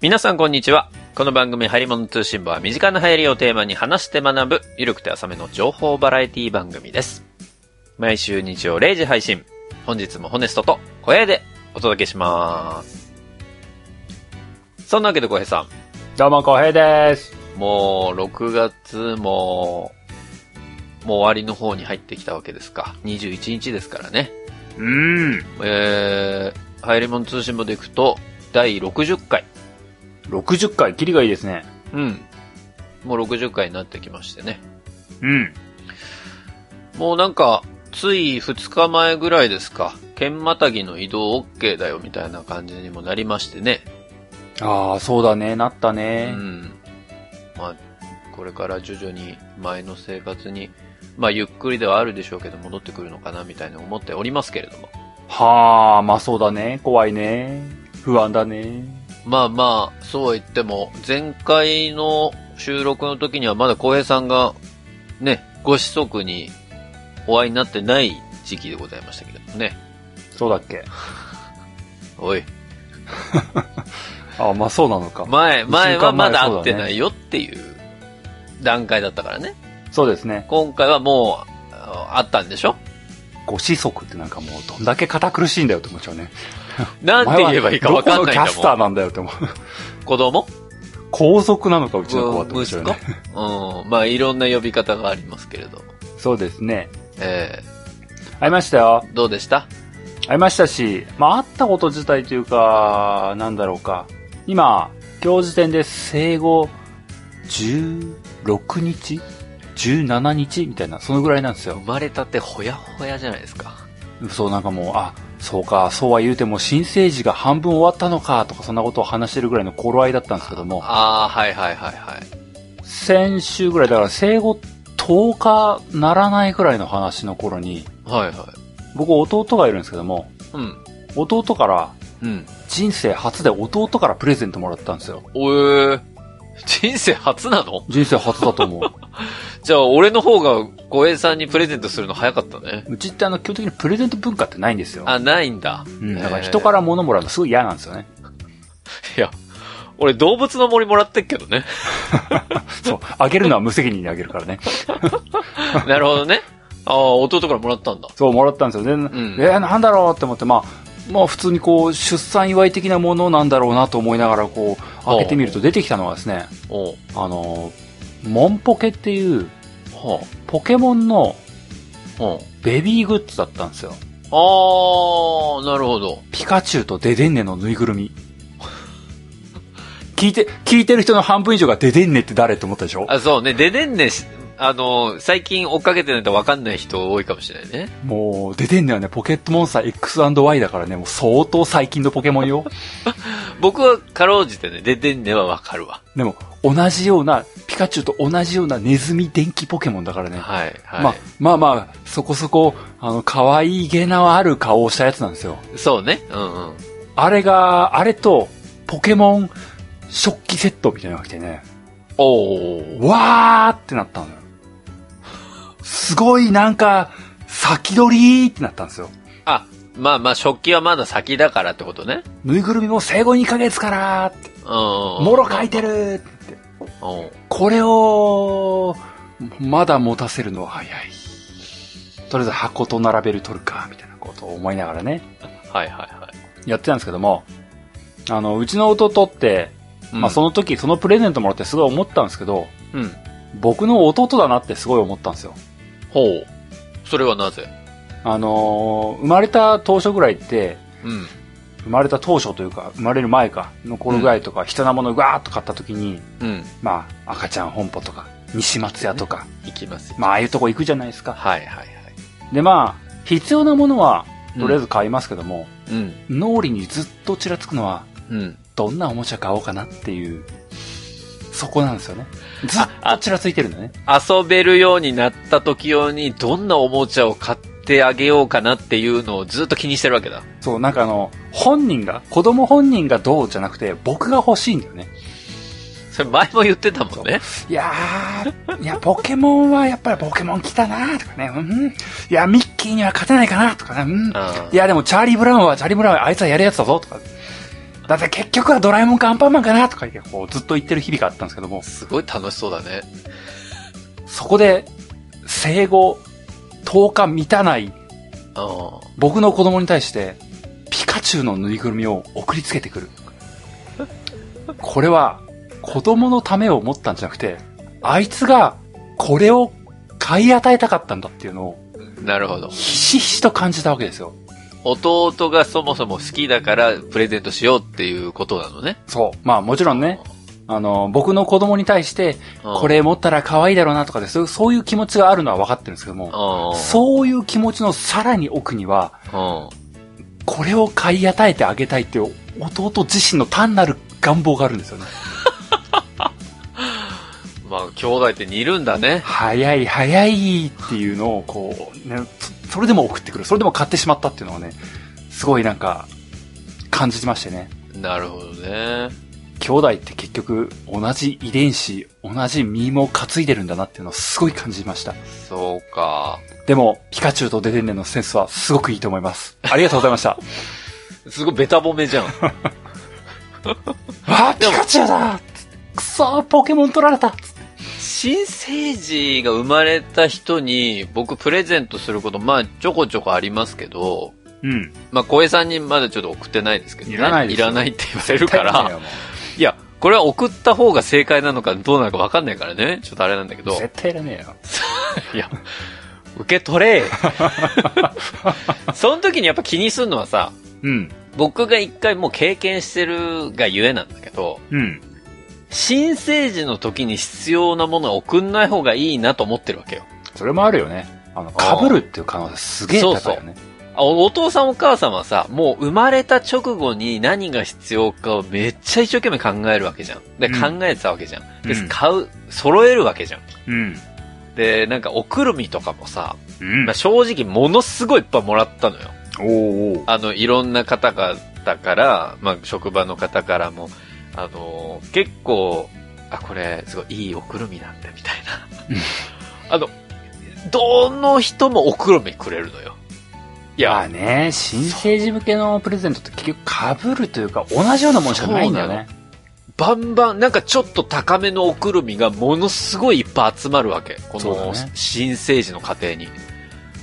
皆さんこんにちは。この番組、ハリモノ通信部は身近な流行りをテーマに話して学ぶ、ゆるくて浅めの情報バラエティ番組です。毎週日曜0時配信。本日もホネストと小屋でお届けします。そんなわけで小平さどうも、浩平です。ん、もう6月も、もう終わりの方に入ってきたわけですか。21日ですからね。うん。えー、ハイリモン通信部でいくと、第60回。 60回、キリがいいですね。うん。もう60回になってきましてね。うん。もうなんか、つい2日前ぐらいですか、剣またぎの移動 OK だよみたいな感じにもなりましてね。ああ、そうだね、なったうね。ん。まあ、これから徐々に前の生活に、まあゆっくりではあるでしょうけど戻ってくるのかなみたいに思っておりますけれども。はあ、まあそうだね、怖いね。不安だね。まあまあ、そうは言っても、前回の収録の時にはまだ浩平さんが、ね、ご子息にお会いになってない時期でございましたけれどもね。そうだっけ。おい、ああ、まあそうなのか。前、前一週間はま前だそ会うだってねないよっていう段階だったからね。そうですね。今回はもう、あ会ったんでしょご子息ってなんかもうどんだけ堅苦しいんだよって思っちゃう ね。なんて言えばいいかわかんないんお前はだどこのキャスタもーなんだよって思う。ん。子供皇族なのか、ううちの子はって思っちゃ息子うね。うん。まあ、いろんな呼び方がありますけれど。そうですね。え会いましたよえ。どうでした会いましたし、まあ、会ったこと自体というか、なんだろうか。今、今日時点で生後16日 ?17 日みたいな、そのぐらいなんです生よ。まれたてほやほやじゃないですか。そう、なんかもう、あ、そうか、そうは言うても新生児が半分終わったのか、とかそんなことを話してるぐらいの頃合いだったんですけども、ああ、はいはいはいはい。先週ぐらい、だから生後10日ならないぐらいの話の頃に、はいは僕弟がいるんですけども、い。うん。弟から、うん。人生初で弟からプレゼントもらったんですよ。おえー、人生初なの人生初だと思う。 じゃあ、俺の方が、小平さんにプレゼントするの早かったね。うちってあの、基本的にプレゼント文化ってないんですよ。あ、ないんだ。うん、だから人から物もらうのすごい嫌なんです よね。いや、俺動物の森もらってっけどね。 そう。あげるのは無責任にあげるからね。なるほどね。ああ、弟からもらったんだ。そう、もらったんですよ。で、んえーなんだろうって思って、まあ、まあ普通にこう、出産祝い的なものなんだろうなと思いながら、こう、開けてみると出てきたのはですね、おうあのー、モンポケっていう、はポケモンのあ、はベビーグッズだったんですよ。あ。あー、なるほど。ピカチュウとデデンネのぬいぐる み。聞いて、聞いてる人の半分以上がデデンネって誰って思ったでしょあ、そうね。ででんねし、あの、最近追っかけてないとわかんない人多いかもしれないね。もう、出てんのよね、ポケットモンスター X&Y だからね、もう相当最近のポケモンよ。 僕はかろうじてね、ででんねはわかるわ。でも、同じような、ピカチュウと同じようなネズミ電気ポケモンだからね。はい、はい。まあ、まあまあ、そこそこ、あの、可愛いげなある顔をしたやつなんですよ。そうね。うんうん。あれが、あれと、ポケモン食器セットみたいなのが来てね、おー。わーってなったのよ。すごいなんか、先取りーってなったんですよ。あ、まあまあ、食器はまだ先だからってことね。ぬいぐるみも生後2ヶ月からーって、うんうんうん。もろ書いてるーって。おうこれを、まだ持たせるのは早い。とりあえず箱と並べる取るか、みたいなことを思いながらね、はいはいはやってたんですけども、あの、うちの弟って、い。まあその、の時、そのプレゼントもらってすごい思ったんですけど、うん。僕の弟だなってすごい思ったんですよ。ほう。それはなぜあのー生まれた当初ぐらいって、うん。生まれた当初というか、生まれる前か、の頃ぐらいとか、人なものをガーッと買った時に、うん。まあ、赤ちゃん本舗とか、西松屋とか、いきますよ。まあ、ああいうとこ行くじゃないですか。はいはいはい。で、まあ、必要なものは、とりあえず買いますけども、うん。脳裏にずっとちらつくのは、うん。どんなおもちゃ買おうかなっていう、そこなんですよね。ずっとちらついてるんだね。遊べるようになった時用に、どんなおもちゃを買ってあげようかなっていうのをずっと気にしてるわけだ。そう、なんかあの、本人が、子供本人がどうじゃなくて、僕が欲しいんだよね。それ前も言ってたもんね。いやー、いや、ポケモンはやっぱりポケモン来たなーとかね、うん。いや、ミッキーには勝てないかなとかね、うん。ああいや、でもチャーリー・ブラウンは、チャーリー・ブラウンはあいつはやるやつだぞとか。だって結局はドラえもんかアンパンマンかなとか言って、こう、ずっと言ってる日々があったんですけども、すごい楽しそうだね。そこで、生後10日満たないあ僕の子供に対して、ピカチュウのぬいぐるみを送りつけてくる。これは、子供のためを思ったんじゃなくて、あいつが、これを買い与えたかったんだっていうのを、あ、なるほど。ひしひしと感じたわけですよ。弟がそもそも好きだからプレゼントしようっていうことなのね。そう。まあもちろんね、あの、僕の子供に対して、うん。これ持ったら可愛いだろうなとかで、そうそういう気持ちがあるのは分かってるんですけども、うん。そういう気持ちのさらに奥には、うん。これを買い与えてあげたいっていう弟自身の単なる願望があるんですよね。まあ、兄弟って似るんだね。早い早いっていうのをこう、ね、そそれでも送ってくる。それでも買ってしまったっていうのはね、すごいなんか、感じてましてね。なるほどね。兄弟って結局、同じ遺伝子、同じミームを担いでるんだなっていうのをすごい感じました。そうか。でも、ピカチュウとデデンデンのセンスはすごくいいと思います。ありがとうございました。すごいベタ褒めじゃん。 わあ、でピもカチュウだくそー、ポケモン取られた新生児が生まれた人に僕プレゼントすること、まあちょこちょこありますけど、うん。まあ小江さんにまだちょっと送ってないですけどね。いらないですいよらないって言われるから。絶いや、これは送った方が正解なのかどうなのかわかんないからね。ちょっとあれなんだけど。対いらねえよ。いや、受け取れ。 その時にやっぱ気にするのはさ、うん。僕が一回もう経験してるがゆえなんだけど、うん。新生児の時に必要なものは送んない方がいいなと思ってるわけよ。それもあるよね。あの、あー被るっていう可能性すげえ高いよね。あおお父さんお母さんはさ、もう生まれた直後に何が必要かをめっちゃ一生懸命考えるわけじゃん。で、うん考えてたわけじゃん。で、うん買う、揃えるわけじゃん。うん。で、なんかおくるみとかもさ、うんまあ、正直ものすごいいっぱいもらったのよ。おーおーあの、いろんな方々から、まあ、職場の方からも、あのー結構、あ、これ、すごいいいおくるみなんだ、みたいな。あの、どの人もおくるみくれるのよ。いまやあ、ね、新生児向けのプレゼントって結局被るというか同じようなもんしかないんだよね。バンバン、なんかちょっと高めのおくるみがものすごいいっぱい集まるわけ。こそうだのね新生児の家庭に。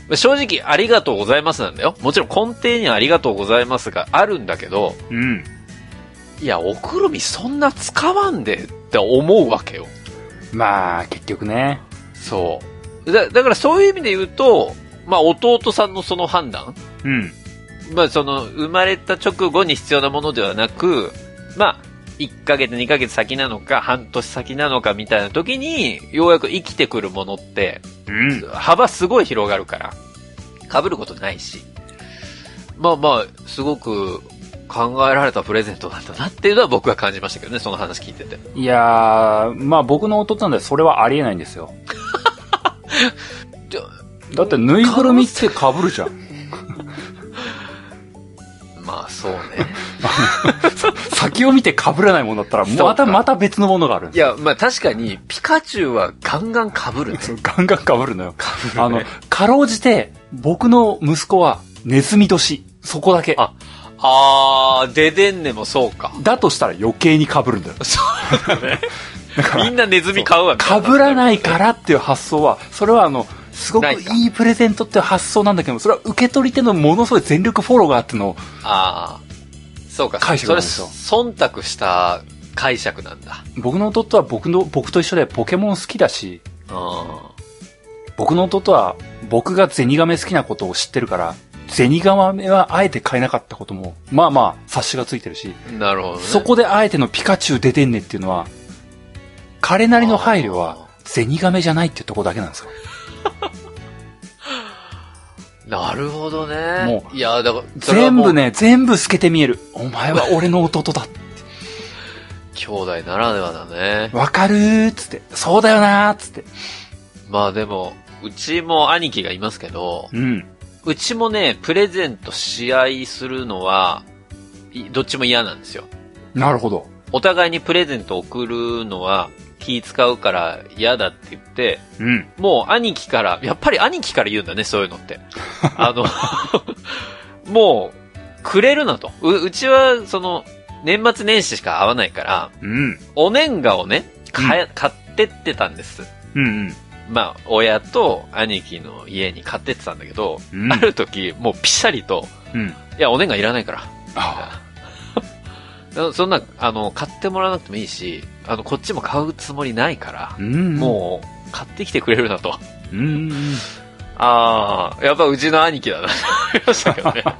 まあ正直、ありがとうございますなんだよ。もちろん根底にはありがとうございますがあるんだけど、うん。いや、おくるみそんな使わんでって思うわけよ。まあ、結局ね。そう。だ、だからそういう意味で言うと、まあ弟さんのその判断うん。まあその、生まれた直後に必要なものではなく、まあ、1ヶ月2ヶ月先なのか、半年先なのかみたいな時に、ようやく生きてくるものって、うん。幅すごい広がるから、被ることないし。まあまあ、すごく考えられたプレゼントなんだなっていうのは僕は感じましたけどね、その話聞いてて。いやー、まあ僕の弟なんでそれはありえないんですよ じゃ。だってぬいぐるみって被るじゃん。まあそう ね。先を見て被らないもんだったら、そうかまたまた別のものがあるんいや、まあ確かに、ピカチュウはガンガン被るね。 そうガンガン被るのよ。被るねあの、かろうじて、僕の息子はネズミ年。そこだけ。ああー、デデンネもそうか。 だとしたら余計に被るんだよ。みんなネズミ買うわ。被らないら。からっていう発想は、それはあの、すごくないですかいいプレゼントっていう発想なんだけども、それは受け取り手のものすごい全力フォローがあっての、ああ。そうか。解釈そなんれ、ですよ忖度した解釈なんだ。僕の弟は僕の、僕と一緒でポケモン好きだし、う僕の弟は僕がゼニガメ好きなことを知ってるから、ゼニガメはあえて買えなかったことも、まあまあ、察しがついてるし、ん。なるほどね。そこであえてのピカチュウ出てんねっていうのは、彼なりの配慮は、ゼニガメじゃないっていうところだけなんですよ。なるほどね。もいや、だから、それは全もう部。ね、全部透けて見える。お前 は俺の弟だ。兄弟ならではだね。わかるーっつって。そうだよなーっつって。まあでも、うちも兄貴がいますけど、うん。うちもね、プレゼント試合するのは、いどっちも嫌なんですよ。なるほど。お互いにプレゼント送るのは気使うから嫌だって言って、うん。もう兄貴から、やっぱり兄貴から言うんだね、そういうのって。 あの、もう、くれるなと。う、うちは、その、年末年始しか会わないから、うん。お年賀をね、かえ買ってってたんです。うんまあ、親と兄貴の家に買ってってたんだけど、うん。うんあ。る時、もうピシャリと、うん。いや、お年賀いらないから。あだそんな、あの、買ってもらわなくてもいいし、あの、こっちも買うつもりないからあ。、うん。もう、買ってきてくれるなと。う。うん。ああ、やっぱうちの兄貴だな、と思いましたけど ね。も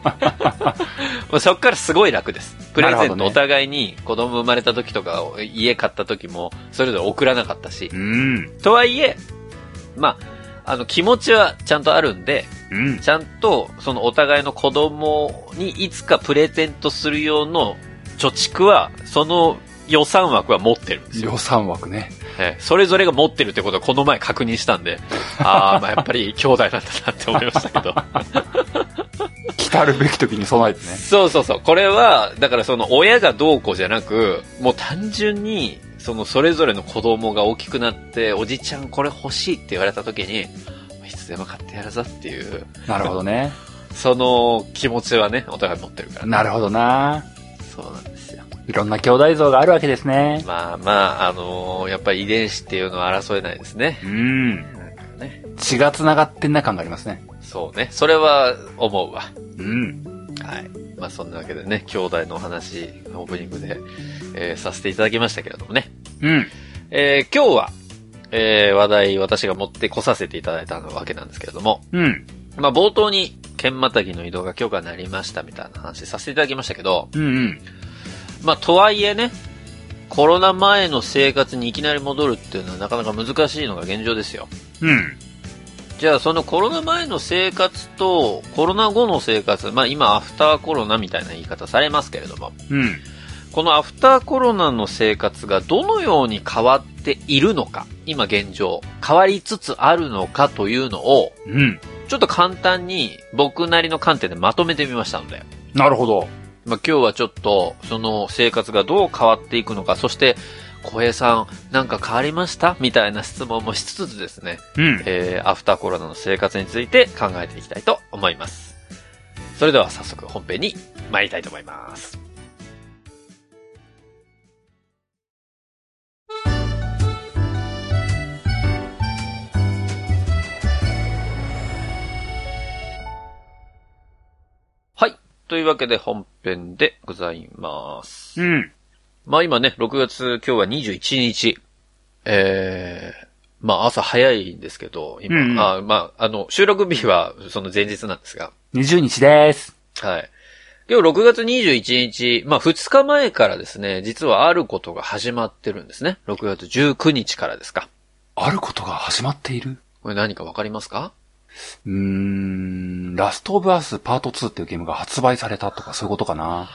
うそっからすごい楽です。プレなゼンるほトどねお互いに子供生まれた時とか、家買った時も、それぞれ送らなかったし。うん。とはいえ、まあ、あの、気持ちはちゃんとあるんで、うん。ちゃんと、そのお互いの子供にいつかプレゼントする用の貯蓄は、その予算枠は持ってるんですよ予。算枠ね。ええそれぞれが持ってるってことはこの前確認したんで、ああ、まあやっぱり兄弟なんだなって思いましたけど。来たるべき時に備えてね。そうそうそう。これは、だからその親がどうこうじゃなく、もう単純に、そのそれぞれの子供が大きくなって、おじちゃんこれ欲しいって言われた時に、いつでも買ってやるぞっていう、 なるほどね。その気持ちはね、お互い持ってるから、 なるほどな。そうなんですよ。いろんな兄弟像があるわけですね。まあまあ、あのーやっぱり遺伝子っていうのは争えないですね。うん。なんかね。血が繋がってんな感がありますね。そうね。それは思うわ。うん。はい。まあそんなわけでね、兄弟のお話、オープニングで、えーさせていただきましたけれどもね。うん。えー今日は、えー話題私が持ってこさせていただいたわけなんですけれども、うん。まあ冒頭に、剣またぎの移動が許可になりましたみたいな話させていただきましたけど、うん。うん。まあとはいえね、コロナ前の生活にいきなり戻るっていうのはなかなか難しいのが現状ですよ。うん。じゃあそのコロナ前の生活とコロナ後の生活、まあ今アフターコロナみたいな言い方されますけれども、うん。このアフターコロナの生活がどのように変わっているのか、今現状、変わりつつあるのかというのを、うん。ちょっと簡単に僕なりの観点でまとめてみましたので、なるほど。まあ、今日はちょっと、その生活がどう変わっていくのか、そして、小平さん、なんか変わりましたみたいな質問もしつつですね、うん。えー、アフターコロナの生活について考えていきたいと思います。それでは早速本編に参りたいと思います。はい。というわけで本編でございます。うん。まあ今ね、6月、今日は21日、ええまあ朝早いんですけど、今、うんうんあまあ、あの、収録日はその前日なんですが、 20日です。はい。今日6月21日、まあ2日前からですね、実はあることが始まってるんですね。6月19日からですか。あることが始まっているこれ何かわかりますかうーん、ラストオブアスパート2っていうゲームが発売されたとかそういうことかな。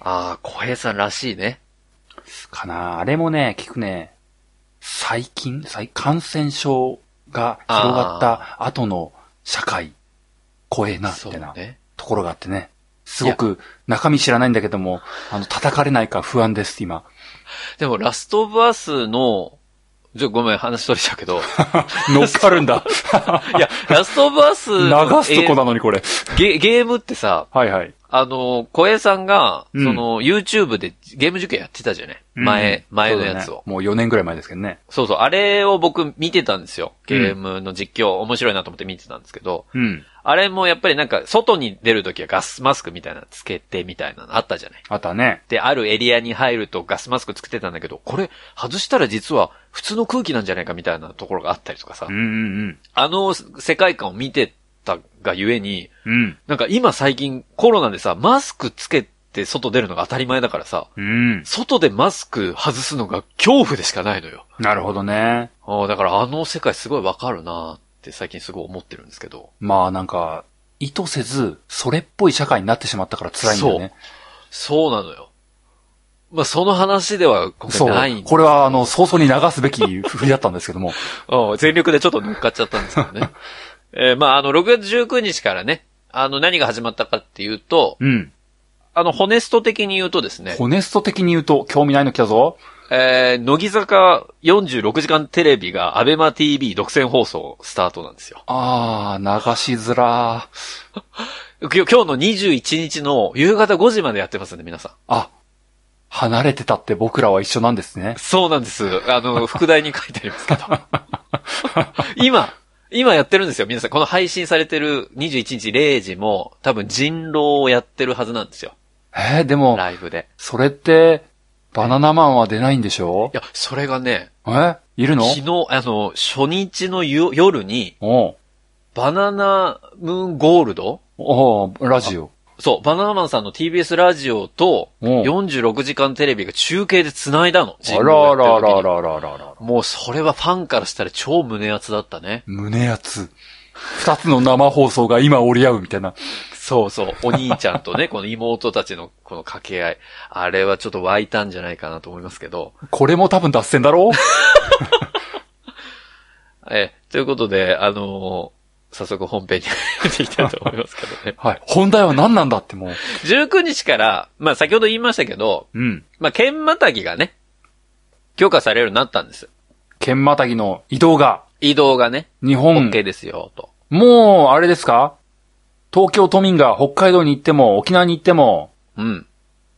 ああ、小平さんらしいね。かな。あれもね、聞くね、最近、最感染症が広がった後の社会、怖えな、みたそういなね。ところがあってね。すごく中身知らないんだけども、あの、叩かれないか不安です、今。でもラストオブアスの、ちょ、ごめん、話取れちゃうけ ど。乗っかる んだ。いや、ラストオブアス流のすとこなのに、これ。えーゲゲームってさ、はいはい。あの、小江さんが、うんその、YouTube でゲーム受験やってたじゃない、前、うん前のやつそうだをね。もう4年ぐらい前ですけどね。そうそう、あれを僕見てたんですよ。ゲームの実況、面白いなと思って見てたんですけど、うん。あれもやっぱりなんか、外に出るときはガスマスクみたいなのつけてみたいなのあったじゃないあとはね、で、あるエリアに入るとガスマスクつけてたんだけど、これ、外したら実は普通の空気なんじゃないかみたいなところがあったりとかさ、うんうんあの世界観を見てたがゆえに、うん。うん。なんか今最近コロナでさ、マスクつけて外出るのが当たり前だからさ、うん。外でマスク外すのが恐怖でしかないのよ。なるほどね。あーだからあの世界すごいわかるなーって最近すごい思ってるんですけど。まあなんか、意図せず、それっぽい社会になってしまったから辛いんだよね。そうなのよ。まあ、その話では今回ないんこれはあの、早々に流すべき振りだったんですけども。うん全力でちょっと乗っかっちゃったんですけどね。えーまあ、あの、6月19日からね、あの、何が始まったかっていうと、うん。あの、ホネスト的に言うとです ね、ホネスト的に言うと、興味ないの来たぞ。えー、乃木坂46時間テレビがアベマ TV 独占放送スタートなんですよ。あー、流しづらー。きょ今日の21日の夕方5時までやってますんで、皆さん。あ、離れてたって僕らは一緒なんですね。そうなんです。あ の、副題に書いてありますけど。今、今やってるんですよ。皆さん、この配信されてる21日0時も、多分人狼をやってるはずなんですよ。えーでも、ライブで。それって、バナナマンは出ないんでしょいや、それがね、えいるの昨日、あの、初日の夜夜に、おうバナナムーンゴールドおうラジオ。そう、バナナマンさんの TBS ラジオと、おう46時間テレビが中継で繋いだの。あらあらあらら。あらあらあら。もうそれはファンからしたら超胸熱だったね。胸熱。二つの生放送が今折り合うみたいな。そうそう。お兄ちゃんとね、こ の妹たちのこの掛け合い。あれはちょっと湧いたんじゃないかなと思いますけど。これも多分脱線だろ うえ、ということで、あのー早速本編に入っていきたいと思いますけどね。 はい。本題は何なんだってもう。 19日から、まあ先ほど言いましたけど、うん。まあ剣またぎがね、強化されるようになったんです。剣またぎの移動が、移動がね、日本、 OK ですよ、と。もう、あれですか東京都民が北海道に行っても、沖縄に行っても、うん。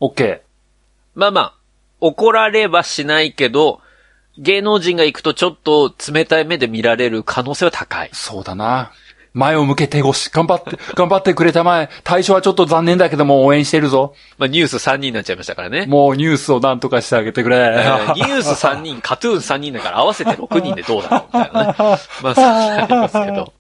OK。まあまあ、怒られはしないけど、芸能人が行くとちょっと冷たい目で見られる可能性は高い。そうだな。前を向け手越し。頑張って、 頑張ってくれたまえ。対象はちょっと残念だけども応援してるぞ。まあニュース3人になっちゃいましたからね。もうニュースを何とかしてあげてくれ。え ーニュース3人、カトゥーン3人だから合わせて6人でどうだろうみたい なね。まあ、そうなりますけど。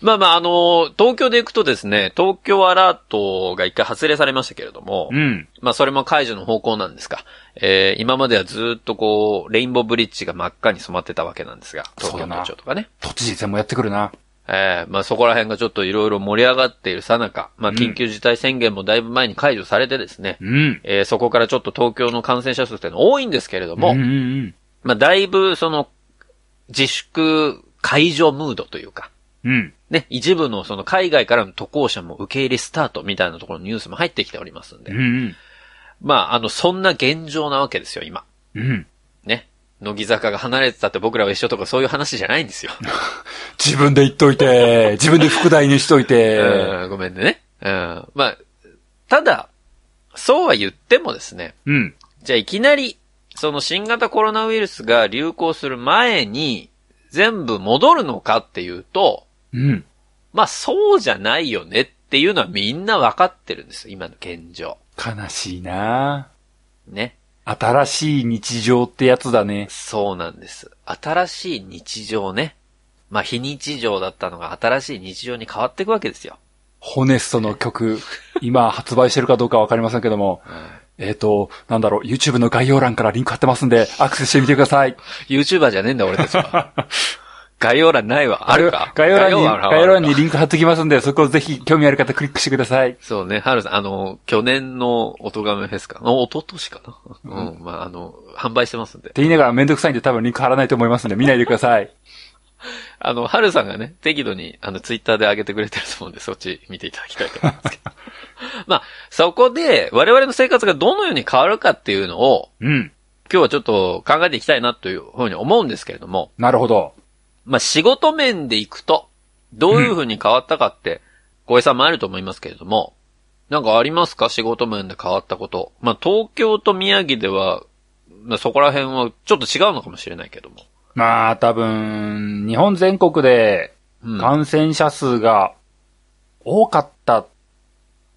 まあまあ、あのー東京で行くとですね、東京アラートが一回発令されましたけれども、うん。まあそれも解除の方向なんですか。えー今まではずっとこう、レインボーブリッジが真っ赤に染まってたわけなんですが、東そう京だな都庁とかね。都知事選もやってくるな。えーまあそこら辺がちょっといろいろ盛り上がっているさなか、まあうん緊急事態宣言もだいぶ前に解除されてですね、うん。えーそこからちょっと東京の感染者数っていうのは多いんですけれども、うんうんうん。まあ、だいぶ、その、自粛解除ムードというか、うん。ね、一部のその海外からの渡航者も受け入れスタートみたいなところのニュースも入ってきておりますんで。うんまあ、あの、そんな現状なわけですよ、今。うん。うん。ね。乃木坂が離れてたって僕らは一緒とかそういう話じゃないんですよ。自分で言っといて、自分で副題にし といて。うんごめんね。うん。まあ、ただ、そうは言ってもですね、うん。じゃあいきなり、その新型コロナウイルスが流行する前に、全部戻るのかっていうと、うん。まあそうじゃないよねっていうのはみんなわかってるんですよ、今の現状。悲しいなね。新しい日常ってやつだね。そうなんです。新しい日常ね。まあ非日常だったのが新しい日常に変わっていくわけですよ。ホネストの曲、今発売してるかどうかわかりませんけども、えっ、と、なんだろう、YouTube の概要欄からリンク貼ってますんで、アクセスしてみてください。 YouTuber じゃねえんだ俺たち は。概要欄ないわ。あるか概要欄に、は概要欄あるにかリンク貼ってきますんで、そこをぜひ興味ある方クリックしてください。そうね、ハルさん、あの、去年の音がめフェスか。お、一昨年かな。うん、まあ、あの、販売してますんでっ。て言いながらめんどくさいんで多分リンク貼らないと思いますんで、見ないでください。あの、ハルさんがね、適度に、あの、ツイッターで上げてくれてると思うんで、そっち見ていただきたいと思いますけど。 まあ、そこで、我々の生活がどのように変わるかっていうのを、うん。今日はちょっと考えていきたいなというふうに思うんですけれども、なるほど。まあ、仕事面で行くと、どういうふうに変わったかって、小江さんもあると思いますけれども、なんかありますか仕事面で変わったこと。まあ、東京と宮城では、まあ、そこら辺はちょっと違うのかもしれないけども。まあ、多分、日本全国でうん。感染者数が多かった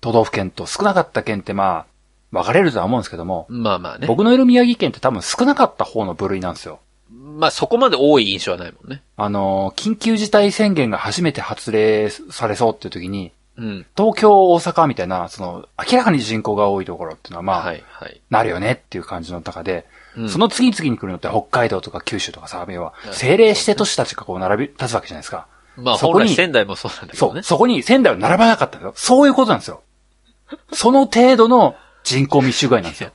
都道府県と少なかった県ってまあ、分かれるとは思うんですけども、まあまあね。僕のいる宮城県って多分少なかった方の部類なんですよ。まあそこまで多い印象はないもんね。あの、緊急事態宣言が初めて発令されそうっていう時に、うん。東京、大阪みたいな、その、明らかに人口が多いところっていうのはまあ、はい、はい。なるよねっていう感じの中で、うんその次々に来るのって北海道とか九州とかさ、要は、政令指定都市たちがこう並び立つわけじゃないですか。まあそ本こに来仙台もそうなんだけそどう、ね。そこに仙台を並ばなかったんですよ。そういうことなんですよ。その程度の人口密集外なんですよ。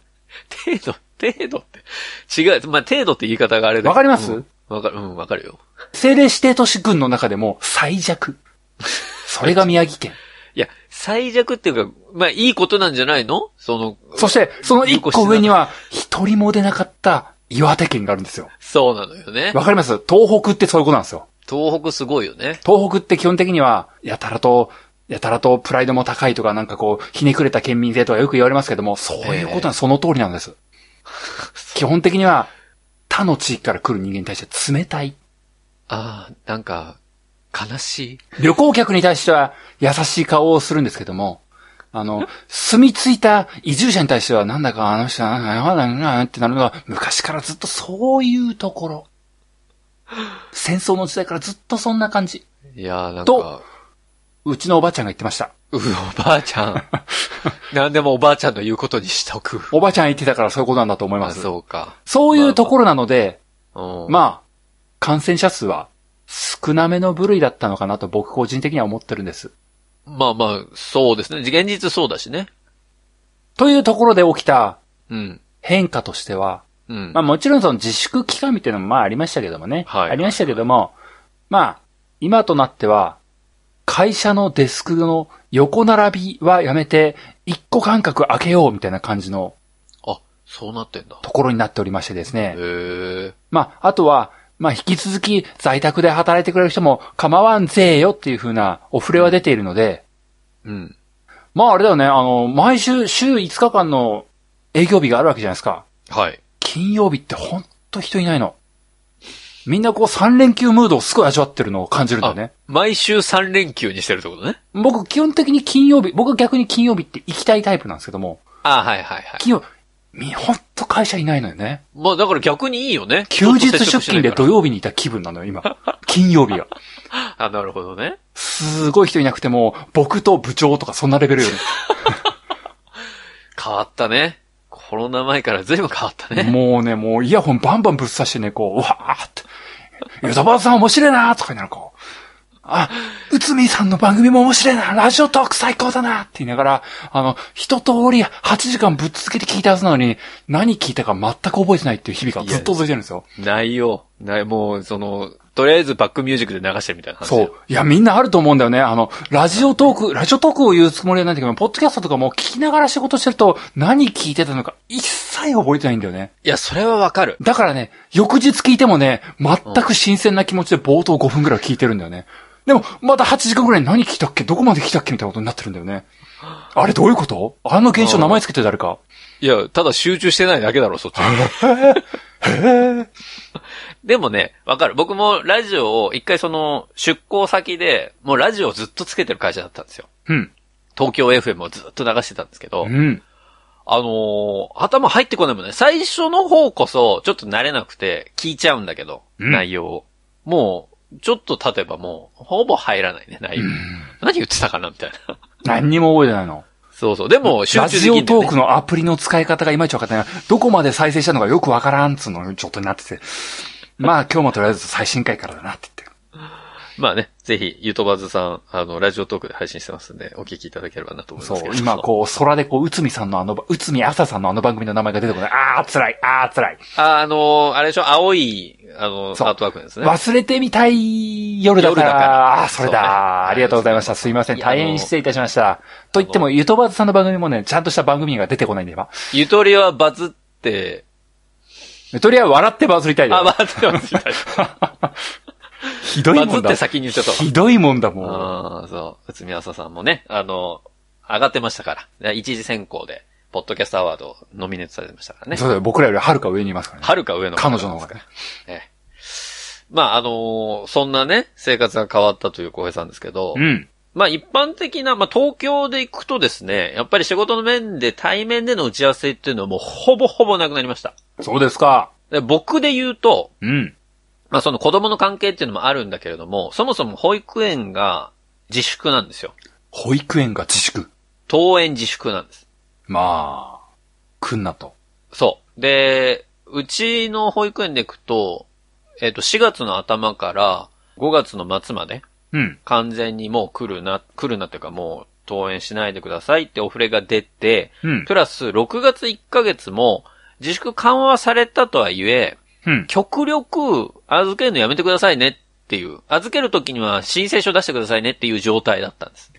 程度、程度って。違う。まあ程度って言い方があれだけどわかりますうんわ、かる、うん、わかるよ。政令指定都市群の中でも最弱。それが宮城県。いや、最弱っていうか、まあいいことなんじゃないのその、そして、その一個上には、一人も出なかった岩手県があるんですよ。そうなのよね。わかります東北ってそういうことなんですよ。東北すごいよね。東北って基本的には、やたらとやたらとプライドも高いとか、なんかこう、ひねくれた県民性とかよく言われますけども、そういうことはその通りなんです。基本的には、他の地域から来る人間に対して冷たい。ああ、なんか、悲しい。旅行客に対しては優しい顔をするんですけども、あの、住み着いた移住者に対しては、なんだかあの人は、ああ、なんだなってなるのが、昔からずっとそういうところ。戦争の時代からずっとそんな感じ。いやー、なんかと、うちのおばあちゃんが言ってました。う、おばあち ゃん。なんでもおばあちゃんの言うことにしとく。おばあちゃんが言ってたからそういうことなんだと思いまあ、す。そうか。そういうところなので、うん。まあ、感染者数は少なめの部類だったのかなと僕個人的には思ってるんです。まあまあ、そうですね。現実そうだしね。というところで起きたうん。変化としては、うん。まあもちろんその自粛期間みたいなのもまあありましたけどもね。はいありましたけども、まあ、今となっては、会社のデスクの横並びはやめて、一個間隔開けようみたいな感じのあ、そうなってんだ。ところになっておりましてですね。へえ。まあ、あとは、まあ、引き続き在宅で働いてくれる人も構わんぜよっていう風なお触れは出ているので、うん。まああれだよね、あの、毎週、週5日間の営業日があるわけじゃないですか。はい。金曜日ってほんと人いないの。みんなこう3連休ムードをすごい味わってるのを感じるんだよね。毎週3連休にしてるってことね。僕基本的に金曜日、僕逆に金曜日って行きたいタイプなんですけども、あ、はいはいはい。金曜、み、ほんと会社いないのよね。まあだから逆にいいよね。休日出勤でど土曜日にいた気分なのよ、今。金曜日が。あ、なるほどね。すごい人いなくても、僕と部長とかそんなレベルよ変わったね。コロナ前から随分変わったね。ね。もうね、もうイヤホンバンバンぶっ刺してね、こう、うわーって。ヨタバーさん面白いなーとかになるこう。あ、うつみさんの番組も面白いなラジオトーク最高だなって言いながら、あの、一通り8時間ぶっ続けて聞いたはずなのに、何聞いたか全く覚えてないっていう日々がずっと続いてるんですよ。内容。ない、もう、その、とりあえずバックミュージックで流してるみたいな話。そう。。いや、みんなあると思うんだよね。あの、ラジオトーク、ラジオトークを言うつもりはないんだけど、ポッドキャストとかも聞きながら仕事してると、何聞いてたのか一切覚えてないんだよね。いや、それはわかる。だからね、翌日聞いてもね、全く新鮮な気持ちで冒頭5分ぐらい聞いてるんだよね。でも、また8時間ぐらいに何聞いたっけどこまで聞いたっけみたいなことになってるんだよね。あれどういうことあの現象うん名前つけて誰か。いや、ただ集中してないだけだろ、そっち。でもね、わかる。僕もラジオを、一回その、出向先で、もうラジオをずっとつけてる会社だったんですよ。うん。東京 FM をずっと流してたんですけど、うん。あのー頭入ってこないもんね。最初の方こそ、ちょっと慣れなくて、聞いちゃうんだけど、うん内容を。もう、ちょっと経てばもう、ほぼ入らないね、内容。何言ってたかな、みたいな。何にも覚えてないの。そうそう。でも、集中ラできジる、ね。オトークのアプリの使い方がいまいち分かってない。どこまで再生したのかよくわからんっつうのにちょっとになってて。まあ今日もとりあえず最新回からだなって言って。まあね、ぜひ、ゆとばずさん、あの、ラジオトークで配信してますんで、お聞きいただければなと思いそますけうど。、今こう空でこう、内海さんのあの、内海朝さんのあの番組の名前が出てこない。あー辛い、あー辛い。 あ、あのーあれでしょ、青い、あの、アそうートワークですね。忘れてみたい夜だから。夜だからあーそれだそうねありがとうございました。すいません。いやあの大変失礼いたしました。と言っても、ゆとばずさんの番組もね、ちゃんとした番組が出てこないんで、今。ゆとりはバズって、とりあえず笑ってバズりたいであ、バズってます。ひどいもんだ。バズって先に言っちゃったわひどいもんだもん。ああ、そう。内海朝さんもね、あの、上がってましたから。一次選考で、ポッドキャストアワードノミネートされてましたからね。そうだよ、僕らよりはるか上にいますからね。はるか上の彼女の方がね。ええまあ、あのーそんなね、生活が変わったという浩平さんですけど、うん。まあ一般的な、まあ東京で行くとですね、やっぱり仕事の面で対面での打ち合わせっていうのはもうほぼほぼなくなりました。そうですか。で僕で言うと、うん。まあその子供の関係っていうのもあるんだけれども、そもそも保育園が自粛なんですよ。保育園が自粛。登園自粛なんです。まあ、来んなと。そう。で、うちの保育園で行くと、えっ、と4月の頭から5月の末まで、うん。完全にもう来るな、来るなというかもう登園しないでくださいってお触れが出て、うん。プラス6月1ヶ月も自粛緩和されたとはいえ、うん。極力預けるのやめてくださいねっていう、預ける時には申請書出してくださいねっていう状態だったんです。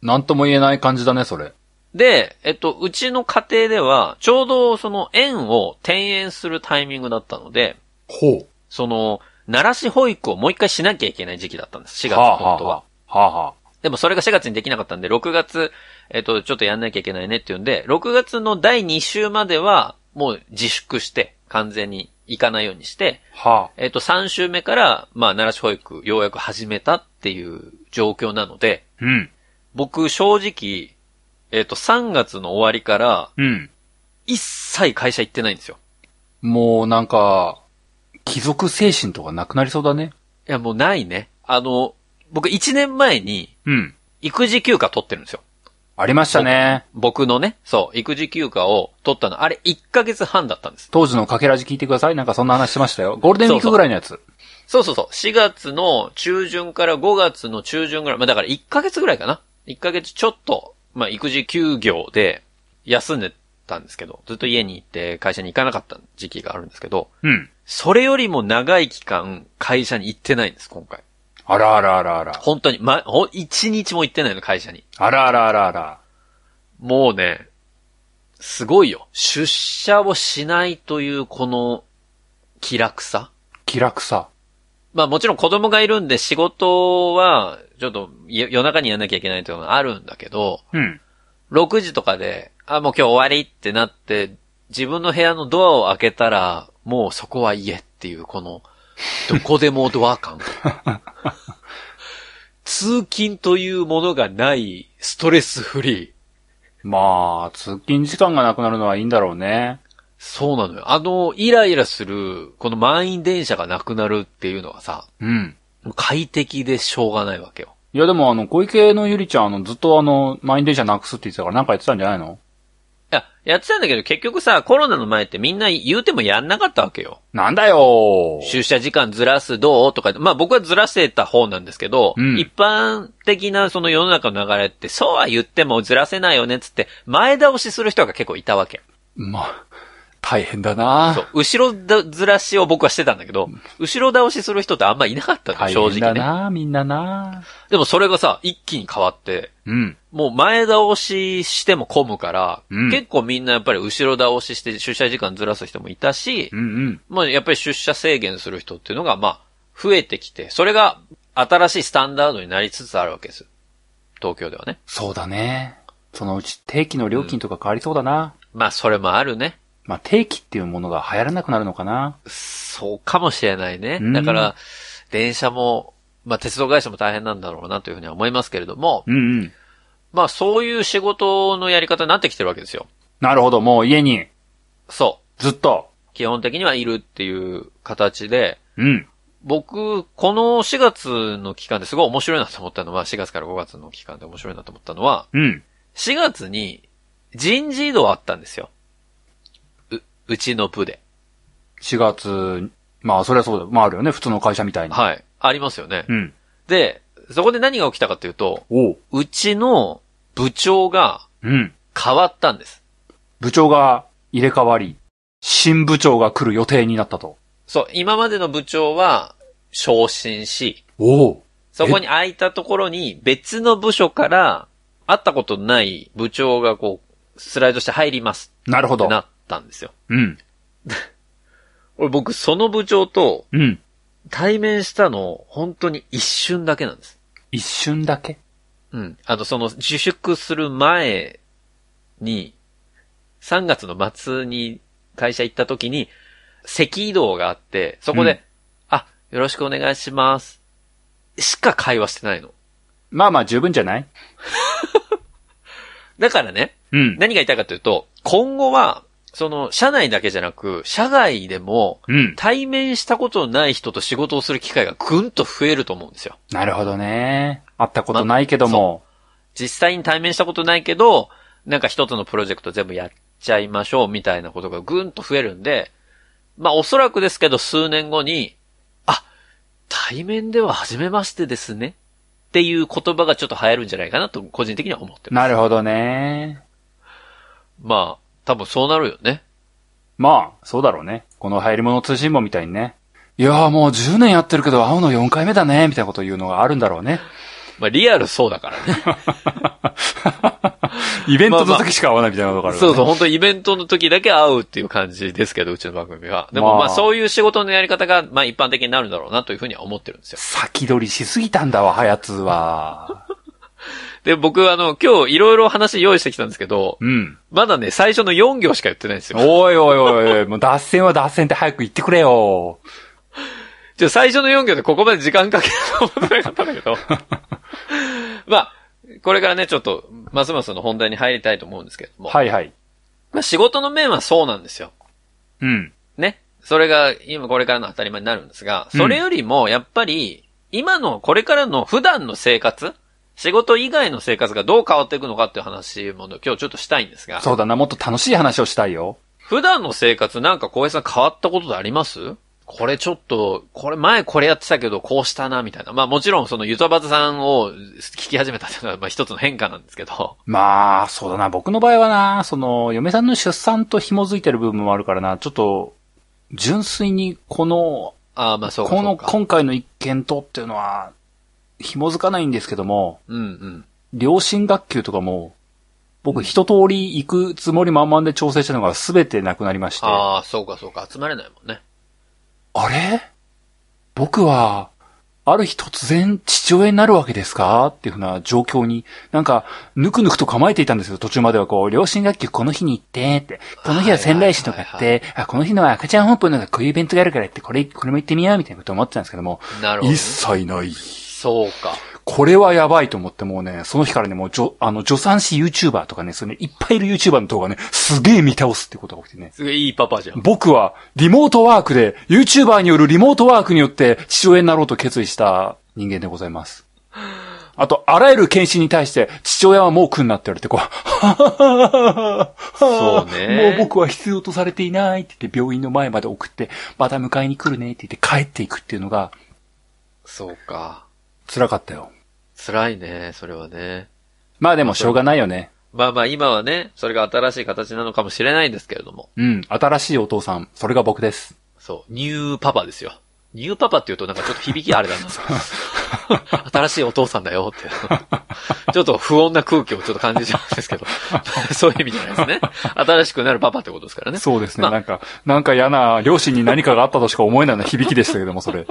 なんとも言えない感じだね、それ。で、えっと、うちの家庭では、ちょうどその園を転園するタイミングだったので、ほう。その、奈良市保育をもう一回しなきゃいけない時期だったんです、4月はあ本当は。はあはあはあでもそれが4月にできなかったんで、6月、えっ、と、ちょっとやんなきゃいけないねっていうんで、6月の第2週までは、もう自粛して、完全に行かないようにして、はえっ、と、3週目から、まあ、奈良市保育、ようやく始めたっていう状況なので、あ。うん。僕、正直、えっ、と、3月の終わりから、うん。一切会社行ってないんですよ。もうなんか、貴族精神とかなくなりそうだね。いや、もうないね。あの、僕1年前に、うん。育児休暇取ってるんですよ。ありましたね。僕のね、そう、育児休暇を取ったの、あれ1ヶ月半だったんです。当時のかけらじ聞いてください。なんかそんな話してましたよ。ゴールデンウィークぐらいのやつ。そうそうそう。4月の中旬から5月の中旬ぐらい。まあだから1ヶ月ぐらいかな。1ヶ月ちょっと、まあ育児休業で休んでたんですけど、ずっと家に行って会社に行かなかった時期があるんですけど、うん。それよりも長い期間会社に行ってないんです、今回。あらあらあらあら。本当に、ま、ほん一日も行ってないの、会社に。あらあらあらあら。もうね、すごいよ。出社をしないというこの気楽さ。気楽さ。まあもちろん子供がいるんで仕事は、ちょっと夜夜中にやんなきゃいけないというのがあるんだけど、うん。 6時とかで、あ、もう今日終わりってなって、自分の部屋のドアを開けたら、もうそこは家っていう、この、どこでもドア感。通勤というものがない、ストレスフリー。まあ、通勤時間がなくなるのはいいんだろうね。そうなのよ。あの、イライラする、この満員電車がなくなるっていうのはさ、うん。もう快適でしょうがないわけよ。いやでもあの、小池のゆりちゃん、あの、ずっとあの、満員電車なくすって言ってたからなんかやってたんじゃないのいや、やってたんだけど、結局さ、コロナの前ってみんな言うてもやんなかったわけよ。なんだよー出社時間ずらすどうとか、まあ僕はずらせた方なんですけど、うん一般的なその世の中の流れって、そうは言ってもずらせないよねっつって、前倒しする人が結構いたわけ。まあ、大変だなそう、後ろずらしを僕はしてたんだけど、後ろ倒しする人ってあんまいなかったの、大正変直だね。な、みんななでもそれがさ、一気に変わって、うん。もう前倒ししても混むから、うん結構みんなやっぱり後ろ倒しして出社時間ずらす人もいたし、うんうん。まあやっぱり出社制限する人っていうのがまあ増えてきて、それが新しいスタンダードになりつつあるわけです。東京ではね。そうだね。そのうち定期の料金とか変わりそうだな。まあそれもあるね。まあ、定期っていうものが流行らなくなるのかな。そうかもしれないねう。んだから、電車も、まあ鉄道会社も大変なんだろうなというふうには思いますけれども、うんうん。まあそういう仕事のやり方になってきてるわけですよ。なるほど、もう家に、そずっと。う。基本的にはいるっていう形で、うん。僕、この4月の期間ですごい面白いなと思ったのは、4月から5月の期間で面白いなと思ったのは、うん。 4月に人事異動あったんですよ。う、うちの部で。 4月、まあ、そりゃそうだ。まあ、あるよね。普通の会社みたいに。はい。ありますよね。うん。で、そこで何が起きたかというと、おう。うちの部長がうん。変わったんです。部長が入れ替わり、新部長が来る予定になったと。そう、今までの部長は昇進し、おお。そこに空いたところに別の部署から会ったことのない部長がこう、スライドして入りますなるほってど。なったんですよ。うん。俺僕その部長とうん。対面したの本当に一瞬だけなんです。一瞬だけ。うん。あの、その自粛する前に、3月の末に会社行った時に、席移動があって、そこで、うんあ、よろしくお願いします。しか会話してないの。まあまあ、十分じゃないだからね、うん。何が言いたいかというと、今後は、その、社内だけじゃなく、社外でも、うん。対面したことのない人と仕事をする機会がぐんと増えると思うんですよ。なるほどね。会ったことないけども。実際に対面したことないけど、なんか一つのプロジェクト全部やっちゃいましょうみたいなことがぐんと増えるんで、まあおそらくですけど数年後に、あ、対面では初めましてですね。っていう言葉がちょっと流行るんじゃないかなと個人的には思ってます。なるほどね。まあ、多分そうなるよね。まあ、そうだろうね。この入り物通信簿みたいにね。いやーもう10年やってるけど会うの4回目だね、みたいなこと言うのがあるんだろうね。まあリアルそうだからね。 イベントの時しか会わないみたいなことがある、そうそう、。本当イベントの時だけ会うっていう感じですけど、うちの番組は。でもままああそういう仕事のやり方が、まあ一般的になるんだろうなというふうには思ってるんですよ。先取りしすぎたんだわ、ハヤツーは。で、僕、あの、今日いろいろ話用意してきたんですけど、うん。まだね、最初の4行しか言ってないんですよ。おいおいおいおい、もう脱線は脱線って早く言ってくれよ。じゃあ最初の4行でここまで時間かけると思ってなかったんだけ ど。まあ、これからね、ちょっと、ますますの本題に入りたいと思うんですけども。はいはい。まあ仕事の面はそうなんですよ。うん。ね。それが今これからの当たり前になるんですが、うんそれよりもやっぱり、今のこれからの普段の生活、仕事以外の生活がどう変わっていくのかっていう話も今日ちょっとしたいんですが、そうだな、もっと楽しい話をしたいよ。普段の生活なんか小平さん変わったことでありますこれちょっと、これ前これやってたけどこうしたなみたいな。まあもちろんそのゆたばつさんを聞き始めたっていうのはまあ一つの変化なんですけど。まあ、そうだな。僕の場合はな、その、嫁さんの出産と紐づいてる部分もあるからな、ちょっと、純粋にこの、ああまあそうかこその、うか。今回の一件とっていうのは、紐づかないんですけども、うんうん。両親学級とかも、僕一通り行くつもり満々で調整したのが全てなくなりまして、あああ、そうかそうか。集まれないもんね。れ僕は、ある日突然父親になるわけですかっていうふうな状況に、なんか、ぬくぬくと構えていたんですよ。途中まではこう、両親学級この日に行って、って、この日は仙台市とか行っはいて、あ、この日の赤ちゃん本舗なんかこういうイベントがあるからって、これ、これも行ってみようみたいなこと思ってたんですけども、なるほど、ね一。切ない。そうか。これはやばいと思ってもうね、その日からね、もう助、あの、助産師 YouTuber とかね、それね、いっぱいいる YouTuber の動画ね、すげえ見倒すってことが起きてね。すごいいいパパじゃん。僕は、リモートワークで、YouTuber によるリモートワークによって、父親になろうと決意した人間でございます。あと、あらゆる検診に対して、父親はもう来んなって言われて、こう、ははははそうね もう僕は必要とされていないって言って、病院の前まで送って、また迎えに来るねって言って帰っていくっていうのが、そうか。辛かったよ。辛いね、それはね。まあでも、しょうがないよね。まあまあ今はね、それが新しい形なのかもしれないんですけれども。うん、新しいお父さん、それが僕です。そう、ニューパパですよ。ニューパパって言うとなんかちょっと響きあれだな。新しいお父さんだよって。ちょっと不穏な空気をちょっと感じちゃうんですけど。 そういう意味じゃないですね。新しくなるパパってことですからね。そうですね、まあなんか、なんか嫌な、両親に何かがあったとしか思えないような響きでしたけども、それ。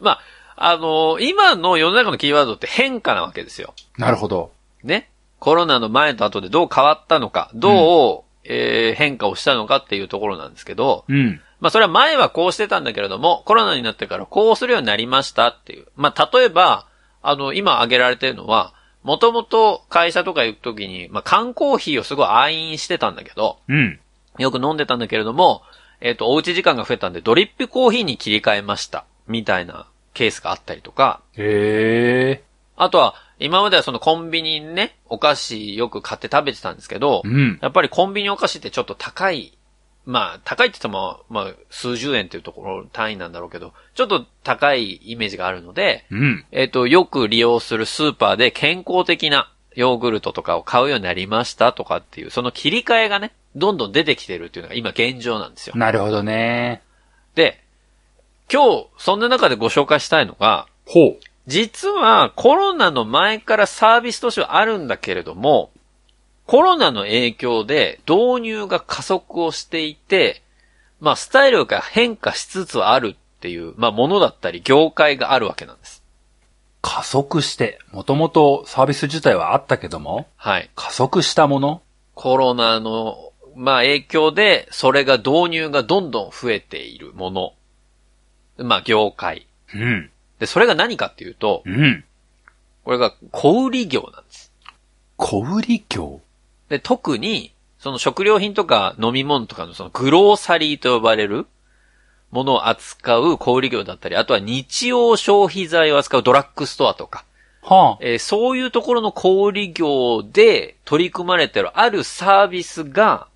まあ、あの今の世の中のキーワードって変化なわけですよ。 なるほど。ね。コロナの前と後でどう変わったのか、どう、えー変化をしたのかっていうところなんですけど、うん。まあそれは前はこうしてたんだけれども、コロナになってからこうするようになりましたっていう。まあ例えば、あの、今挙げられてるのは、もともと会社とか行くときに、まあ缶コーヒーをすごい愛飲してたんだけど、うん。よく飲んでたんだけれども、えっ、と、おうち時間が増えたんでドリップコーヒーに切り替えました。みたいなケースがあったりとか、へえ。あとは、今まではそのコンビニにね、お菓子よく買って食べてたんですけどう、ん。やっぱりコンビニお菓子ってちょっと高い、まあ、高いって言っても、まあ、数十円っていうところ単位なんだろうけど、ちょっと高いイメージがあるので、うん。えっ、と、よく利用するスーパーで健康的なヨーグルトとかを買うようになりましたとかっていう、その切り替えがね、どんどん出てきてるっていうのが今現状なんですよ。なるほどね。で、今日、そんな中でご紹介したいのが、ほう。実はコロナの前からサービスとしてはあるんだけれども、コロナの影響で導入が加速をしていて、まあスタイルが変化しつつあるっていう、まあものだったり業界があるわけなんです。加速して、もともとサービス自体はあったけども、はい。加速したものコロナの、まあ影響でそれが導入がどんどん増えているもの。まあ業界。うん。で、それが何かっていうと、うん。これが小売業なんです。小売業で、特に、その食料品とか飲み物とかのそのグローサリーと呼ばれるものを扱う小売業だったり、あとは日用消費財を扱うドラッグストアとか、はあ。えーそういうところの小売業で取り組まれてるあるサービスが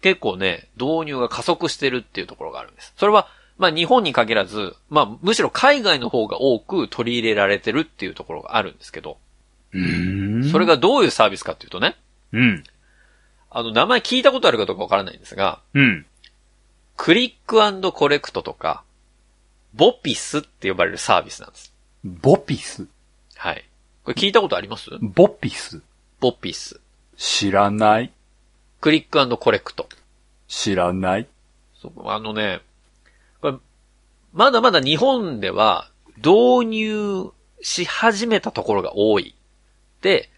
結構ね、導入が加速してるっていうところがあるんです。それは、まあ日本に限らず、まあむしろ海外の方が多く取り入れられてるっていうところがあるんですけど、うーんそれ、がどういうサービスかっていうとね、うん。あの名前聞いたことあるかどうかわからないんですが、うん。クリックコレクトとか、ボピスって呼ばれるサービスなんです。ボピス。はい。これ聞いたことありますボピス。ボピス。知らない。クリックコレクト。知らない。そうあのね、これ、まだまだ日本では導入し始めたところが多いで、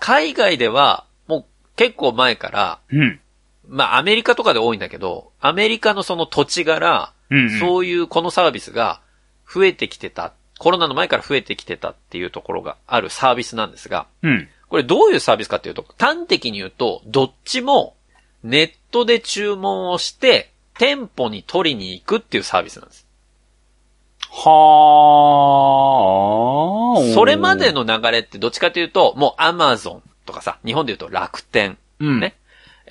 海外では、もう結構前から、うん。まあアメリカとかで多いんだけど、アメリカのその土地柄、うん、うん。そういうこのサービスが増えてきてた、コロナの前から増えてきてたっていうところがあるサービスなんですが、うん。これどういうサービスかっていうと、端的に言うと、どっちもネットで注文をして、店舗に取りに行くっていうサービスなんです。はあ。それまで。の流れってどっちかというと、もう Amazon とかさ、日本で言うと楽天、うん。ね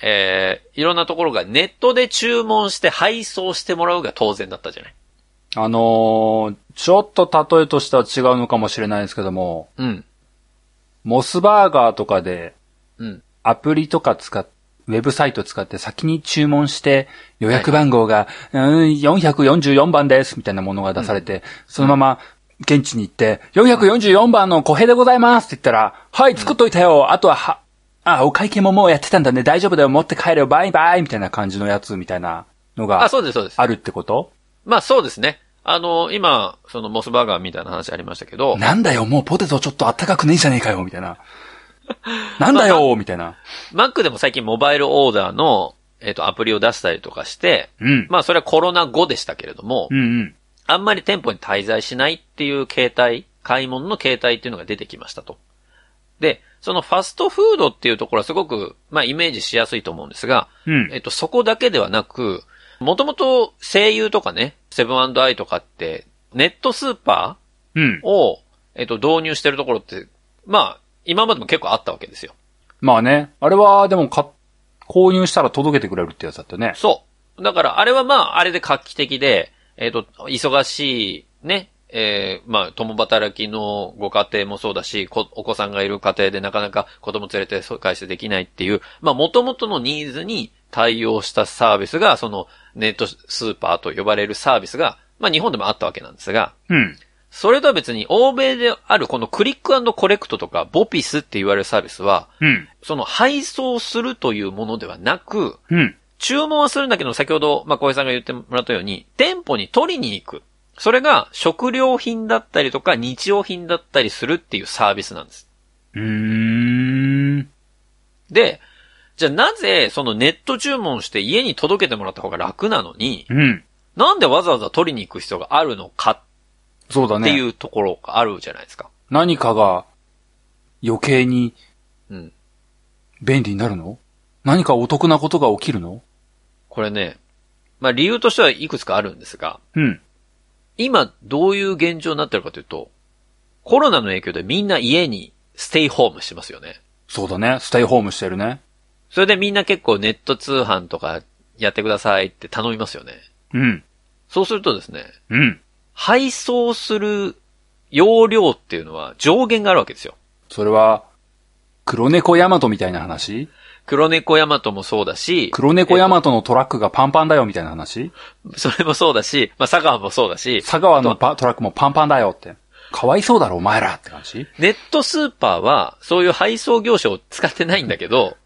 えー、いろんなところがネットで注文して配送してもらうが当然だったじゃない。あのー、ちょっと例えとしては違うのかもしれないですけども、うん。モスバーガーとかでうん。アプリとか使っウェブサイト使って先に注文して予約番号が、うん、444番ですみたいなものが出されて、そのまま現地に行って、444番の小平でございますって言ったら、はい、作っといたよ、あとはは、あ、お会計ももうやってたんだね、大丈夫だよ、持って帰れよ、バイバイみたいな感じのやつみたいなのあ、がそうです、そうです。あるってことまあそうですね。あの、今、そのモスバーガーみたいな話ありましたけど、なんだよ、もうポテトちょっとあったかくねえじゃねえかよ、みたいな。なんだよ、みたいな。マックでも最近モバイルオーダーの、えっ、と、アプリを出したりとかして、うん。まあそれはコロナ後でしたけれども、うんうん。あんまり店舗に滞在しないっていう形態、買い物の形態っていうのが出てきましたと。で、そのファストフードっていうところはすごく、まあイメージしやすいと思うんですが、うん。えっと、そこだけではなく、もともと声優とかね、セブンアイとかって、ネットスーパうんー。を、えっと、導入してるところって、まあ、今までも結構あったわけですよ。まあね。あれは、でも、か、購入したら届けてくれるってやつだったよね。そう。だから、あれはまあ、あれで画期的で、えっ、と、忙しい、ね、えーまあ、共働きのご家庭もそうだし、こお子さんがいる家庭でなかなか子供連れてそう外出できないっていう、まあ、元々のニーズに対応したサービスが、その、ネットスーパーと呼ばれるサービスが、まあ、日本でもあったわけなんですが、うん。それとは別に、欧米であるこのクリックコレクトとか、ボピスって言われるサービスは、うん。その配送するというものではなく、うん。注文はするんだけど、先ほど、まあ、小江さんが言ってもらったように、店舗に取りに行く。それが食料品だったりとか日用品だったりするっていうサービスなんです。うーん。で、じゃあなぜそのネット注文して家に届けてもらった方が楽なのに、うん。なんでわざわざ取りに行く必要があるのかそうだっていね。うところがあるじゃないですか。何かが、余計にうん。便利になるの何かお得なことが起きるのこれね、まあ理由としてはいくつかあるんですが、うん。今どういう現状になってるかというと、コロナの影響でみんな家にステイホームしてますよね。そうだね。ステイホームしてるね。それでみんな結構ネット通販とかやってくださいって頼みますよね。うん。そうするとですね、うん。配送する容量っていうのは上限があるわけですよ。それは、黒猫ヤマトみたいな話黒猫ヤマトもそうだし、黒猫ヤマトのトラックがパンパンだよみたいな話それもそうだし、まあ、佐川もそうだし、佐川のパトラックもパンパンだよって。かわいそうだろ、お前らって感じネットスーパーはそういう配送業者を使ってないんだけど、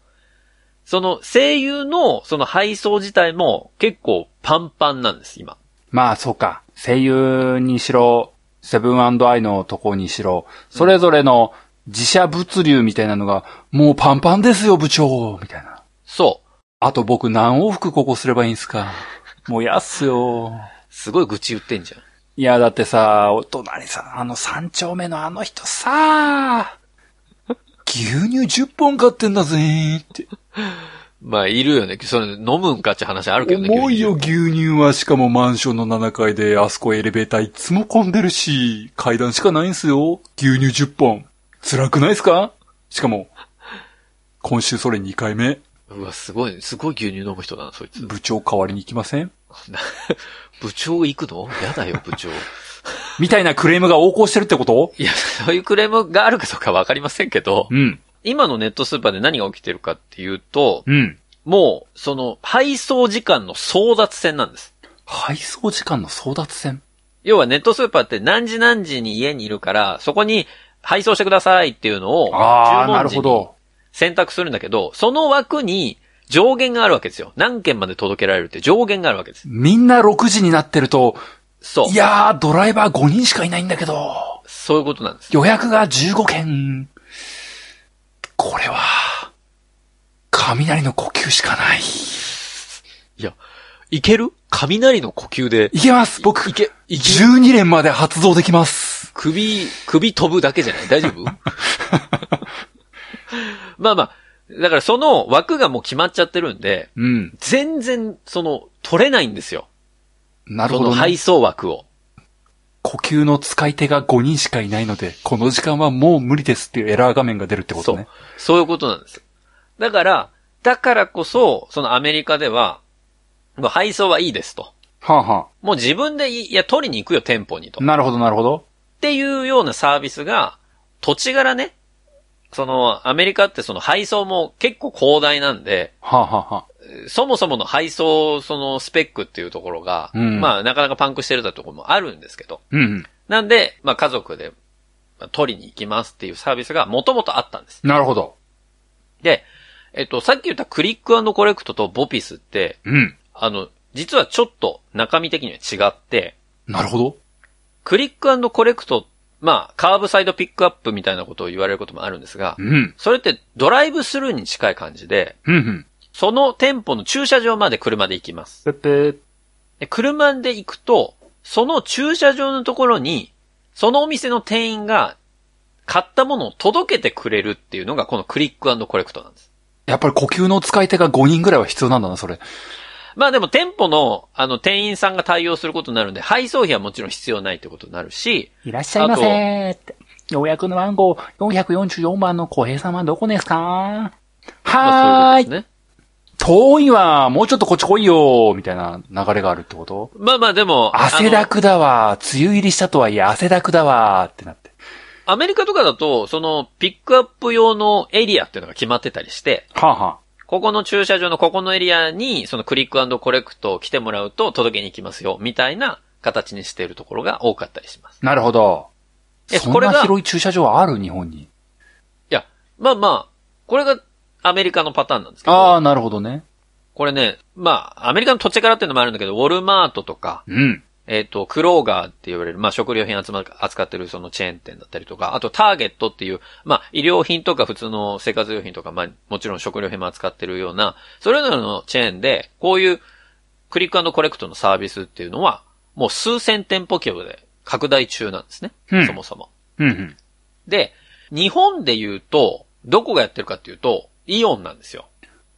その声優のその配送自体も結構パンパンなんです、今。まあ、そうか。声優にしろ、セブンアイのとこにしろ、それぞれの自社物流みたいなのが、もうパンパンですよ、部長みたいな。そう。あと僕何往復ここすればいいんすかもうやっすよ。すごい愚痴言ってんじゃん。いや、だってさ、お隣さん、あの三丁目のあの人さ、牛乳10本買ってんだぜーって。まあ、いるよね。それ飲むんかって話あるけどね。重いよ、牛乳は。しかもマンションの7階で、あそこエレベーターいつも混んでるし、階段しかないんすよ。牛乳10本。辛くないですかしかも、今週それ2回目、うわ、すごい、すごい牛乳飲む人だな、そいつ。部長代わりに行きませんな部長行くのやだよ、部長。 いみたいなクレームが横行してるってことや、そういうクレームがあるかどうかわかりませんけど、うん、今のネットスーパーで何が起きてるかっていうと、うん。もう、その、配送時間の争奪戦なんです。配送時間の争奪戦要はネットスーパーって何時何時に家にいるから、そこに配送してくださいっていうのを、ああ、注な文る時ほにど。選択するんだけど、その枠に上限があるわけですよ。何件まで届けられるって上限があるわけです。みんな6時になってると、そうい。やー、ドライバー5人しかいないんだけど、そういうことなんです。予約が15件。これは、雷の呼吸しかない。いける雷の呼吸で。いけます僕い、け、いけ、 12連まで発動できます。首、首飛ぶだけじゃない大丈夫 まあまあ、だからその枠がもう決まっちゃってるんで、うん。全然、その、取れないんですよ。なるそほのど、ね配送枠を。呼吸の使い手が5人しかいないので、この時間はもう無理ですっていうエラー画面が出るってことね。そういうことなんです。だから、だからこそ、そのアメリカでは、もう配送はいいですと。はあ、はもう自分でいい、いや、取りに行くよ、店舗にとあ、。なるほど、なるほど。っていうようなサービスが、土地柄ね、その、アメリカってその配送も結構広大なんで、はあ、はあ、はあ。そもそもの配送、そのスペックっていうところが、うんまあ、なかなかパンクしてるだところもあるんですけど、うんうん。なんで、まあ、家族で、まあ取りに行きますっていうサービスがもともとあったんです。なるほど。で、えっと、さっき言ったクリックコレクトとボピスって、うん。あの、実はちょっと中身的には違って、なるほど。クリックコレクト、まあ、カーブサイドピックアップみたいなことを言われることもあるんですがう、ん。それってドライブスルーに近い感じで、うん、うん。その店舗の駐車場まで車で行きます。ぺぺで車で行くと、その駐車場のところに、そのお店の店員が買ったものを届けてくれるっていうのがこのクリックコレクトなんです。やっぱり呼吸の使い手が5人ぐらいは必要なんだな、それ。まあでも店舗の、あの、店員さんが対応することになるんで、配送費はもちろん必要ないってことになるし、いらっしゃいませーって。予約の番号444番の小平さんはどこですかまあそういうことですね。遠いわもうちょっとこっち来いよみたいな流れがあるってことまあまあでも、汗だあのくだわ梅雨入りしたとはいえ汗だくだわってなって。アメリカとかだと、その、ピックアップ用のエリアっていうのが決まってたりして、はあ、はここの駐車場のここのエリアに、そのクリックコレクトを来てもらうと届けに行きますよ、みたいな形にしているところが多かったりします。あ、なるほど。えそこんれなが広い駐車場ある日本に。いや、まあまあ、これがアメリカのパターンなんですけあど、あ、なるほどね。これね、まあ、アメリカの土地からっていうのもあるんだけど、ウォルマートとか、うん。えっ、と、クローガーって言われる、まあ、食料品集ま、扱ってるそのチェーン店だったりとか、あとターゲットっていう、まあ、医療品とか普通の生活用品とか、まあ、もちろん食料品も扱ってるような、それぞれのチェーンで、こういうクリックコレクトのサービスっていうのは、もう数千店舗規模で拡大中なんですね。うんそもそも。うん、うん。で、日本で言うと、どこがやってるかっていうと、イオンなんですよ。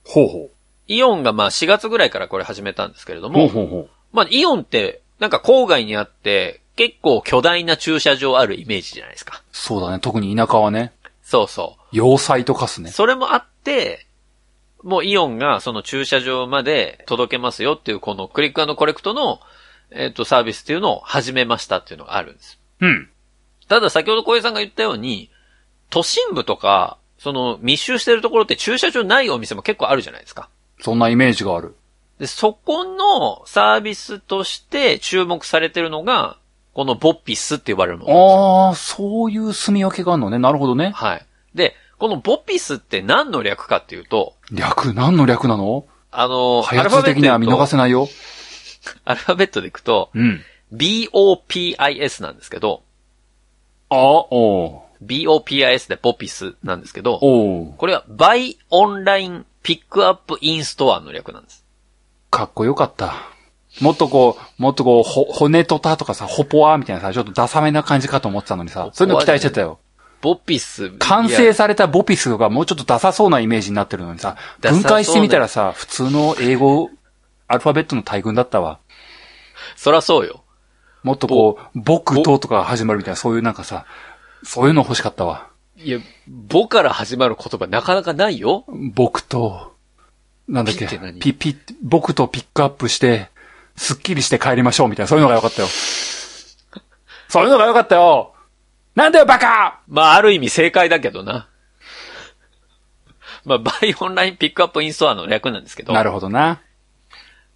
ほうほイオンがまあ4月ぐらいからこれ始めたんですけれどう。も、ほうほうほう。まあ、イオンって、なんか郊外にあって、結構巨大な駐車場あるイメージじゃないですか。そうだね。特に田舎はね、そうそ要塞と化すう。ね。それもあって、もうイオンがその駐車場まで届けますよっていう、このクリックコレクトの、えっ、と、サービスっていうのを始めましたっていうのがあるんです。うん。ただ先ほど小江さんが言ったように、都心部とか、その密集してるところって駐車場ないお店も結構あるじゃないですか。そんなイメージがある。で、そこのサービスとして注目されてるのが、このボッピスって呼ばれるもの。ああ、そういう住み分けがあるのね。なるほどね。はい。で、このボピスって何の略かっていうと、略、何の略なのあの、ア早ルフ通ァベッ的トにでは見逃いくとせないよ。アルファベットでいくと、うん。 BOPIS なんですけど、ああ、おう BOPIS でボピスなんですけど、おうこれは Buy Online Pick Up In Store の略なんです。かっこよかった。もっとこう、もっとこう、ほ、骨とたとかさ、ほぽわみたいなさ、ちょっとダサめな感じかと思ってたのにさ、そういうの期待してたよ。ボピス。完い成やされたボピスがもうちょっとダサそうなイメージになってるのにさ、ダサそう分ね解してみたらさ、普通の英語、アルファベットの大群だったわ。そらそうよ。もっとこう、僕ととか始まるみたいな、そういうなんかさ、そういうの欲しかったわ。いや、ボから始まる言葉なかなかないよ。僕と、なんだっけ、ピって何ピ、ピ、僕とピックアップして、スッキリして帰りましょうみたいな、そういうのが良か ったよ。そういうのが良かったよなんだよ、バカまあ、ある意味正解だけどな。まあ、Buy Online Pick Up In Store の略なんですけど。なるほどな。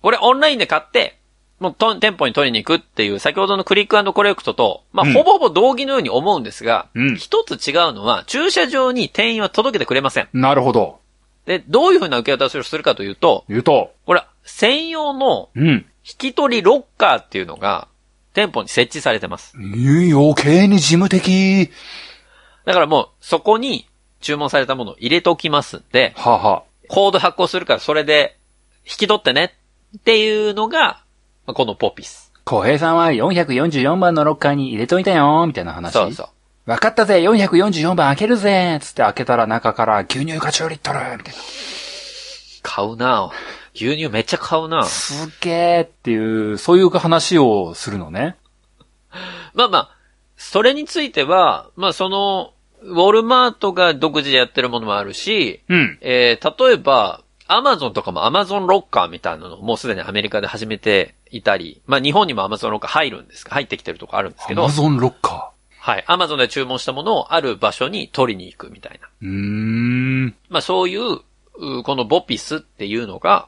これオンラインで買って、もうと店舗に取りに行くっていう、先ほどのクリックコレクトと、まあ、うんほぼほぼ同義のように思うんですが、うん一つ違うのは、駐車場に店員は届けてくれません。なるほど。で、どういうふうな受け渡しをするかというと、言うと。これ、専用のうん。引き取りロッカーっていうのが、店舗に設置されてます。余計に事務的。だからもう、そこに、注文されたものを入れておきますんで、はあ、はコード発行するからそれで引き取ってねっていうのが、まあこのポピス。あ、小平さんは444番のロッカーに入れといたよ、みたいな話。そうそう。わかったぜ !444 番開けるぜつって開けたら中から牛乳が10リットルみたい買うな牛乳めっちゃ買うなな。すげえっていう、そういう話をするのね。まあまあ、それについては、まあその、ウォルマートが独自でやってるものもあるし、うん。えー例えば、アマゾンとかもアマゾンロッカーみたいなのをもうすでにアメリカで始めていたり、まあ日本にもアマゾンロッカー入るんですか入ってきてるとこあるんですアけどマ、ゾンロッカはい。アマゾンで注文したものをある場所に取りに行くみたいな。ー。うーん。まあそういう、うこのボピスっていうのが、